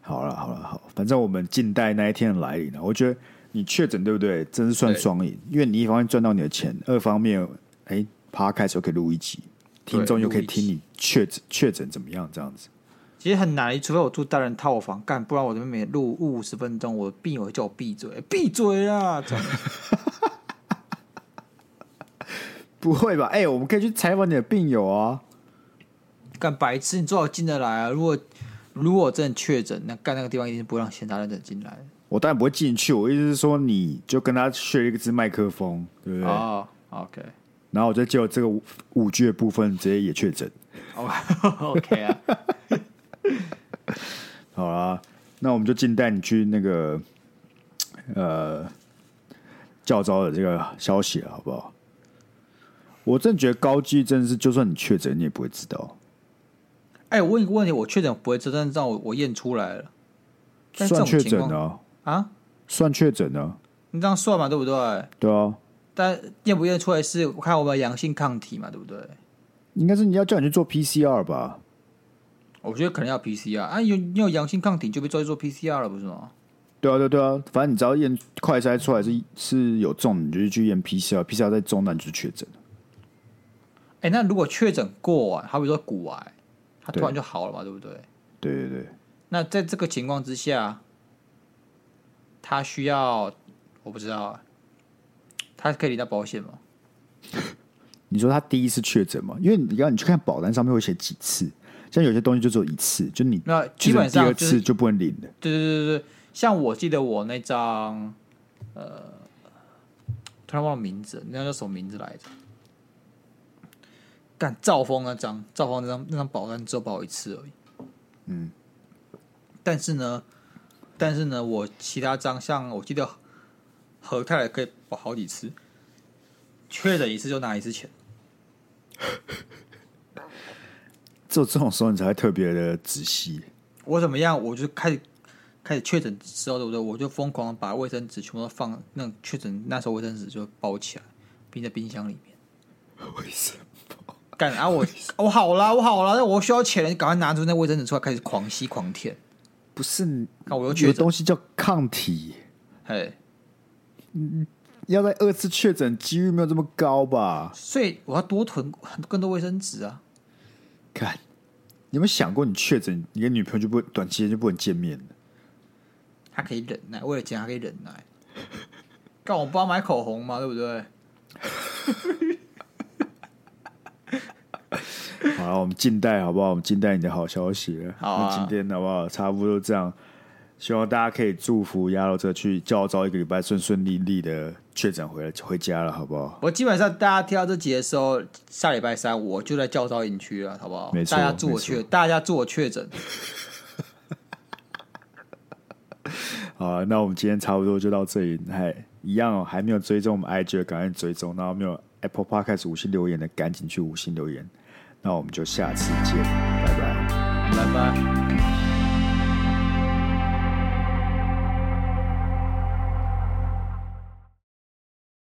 A: 好了好了好，反正我们静待那一天的来临了。我觉得你确诊对不对？真是算
B: 对
A: 双赢，因为你一方面赚到你的钱，二方面哎 p o d c 又可以录一集，听众又可以听你确诊确诊怎么样这样子。
B: 其实很难，除非我住单人套房，干，不然我这边每录五十分钟，我病友会叫我闭嘴，闭嘴啊！这样
A: 不会吧？哎、我们可以去采访你的病友啊。
B: 干白痴，你最好进得来啊！如果如果我真的确诊，那干那个地方一定是不会让闲杂人等进来
A: 我当然不会进去，我意思是说，你就跟他 share 一支麦克风，对不
B: 的。
A: 对？
B: 哦，OK，
A: 然后我就借我这个五 G 的部分直接也确诊。
B: 哦 ，OK 啊，
A: 好啦，那我们就静待你去那个呃教招的这个消息了，好不好？我真的觉得高几率真的是，就算你确诊，你也不会知道。
B: 哎、我问一个问题，我确诊不会知道，但是让我我验出来了，但这
A: 算确
B: 种情
A: 诊
B: 况
A: 啊，
B: 啊，
A: 算确诊啊，
B: 你这样算嘛，对不对？
A: 对啊，
B: 但验不验出来是我看我们阳性抗体嘛，对不对？
A: 应该是你要叫你去做 PCR 吧？
B: 我觉得可能要 PCR 啊，有你有阳性抗体就被抓去做 PCR 了，不是吗？
A: 对啊，对啊对啊，反正你只要验快筛出来是是有中，你就是去验 PCR，PCR 再中，那你就是确诊。
B: 哎、那如果确诊过完，好比说骨癌，它突然
A: 对
B: 就好了嘛，对不对？
A: 对对对，
B: 那在这个情况之下，他需要我不知道啊，他可以领到保险吗？
A: 你说他第一次确诊嘛？因为你刚你去看保单上面会写几次，像有些东西就只有一次，就你
B: 那
A: 确
B: 基
A: 诊
B: 本
A: 第二
B: 上就
A: 次
B: 是
A: 就不能领了。
B: 对对对对对，像我记得我那张呃，突然忘了名字，那张叫什么名字来着？干赵峰那张，赵峰那张那张保单只有保一次而已。
A: 嗯，
B: 但是呢，但是呢，我其他张像我记得何泰也可以保好几次，确诊一次就拿一次钱。
A: 只有这种时候你才会特别的仔细。
B: 我怎么样，我就开始开始确诊之后，对不对？我就疯狂地把卫生纸全部都放，那种确诊那时候卫生纸就包起来，冰在冰箱里面。
A: 为什么？
B: 干 啊我我好啦，我好啦，那我需要钱，赶快拿出那卫生纸出来，开始狂吸狂舔。
A: 不是
B: 看我又
A: 有
B: 确诊，
A: 东西叫抗体，
B: 哎，
A: 要在二次确诊几率没有这么高吧？
B: 所以我要多囤 很更多卫生纸啊。
A: 看，你有没有想过你确诊，你跟女朋友就不短期间就不能见面了？
B: 他可以忍耐，为了钱他可以忍耐。干我不要买口红嘛，对不对？
A: 好了，我们静待好不好？我们静待你的好消息了。
B: 好啊
A: 那今天好不好？差不多这样，希望大家可以祝福鸭肉这去教招一个礼拜顺顺利利的确诊回来回家了，好不好？
B: 我基本上大家听到这集的时候，下礼拜三我就在教招营区了，好不好？
A: 没错
B: 大家祝
A: 没
B: 我
A: 错
B: 确，大家祝我确诊。
A: 好啊，那我们今天差不多就到这里。还一样哦，还没有追踪我们 IG 的赶快追踪，然后没有 Apple Podcast 五星留言的赶紧去五星留言。那我们就下次见，拜拜。
B: 拜拜。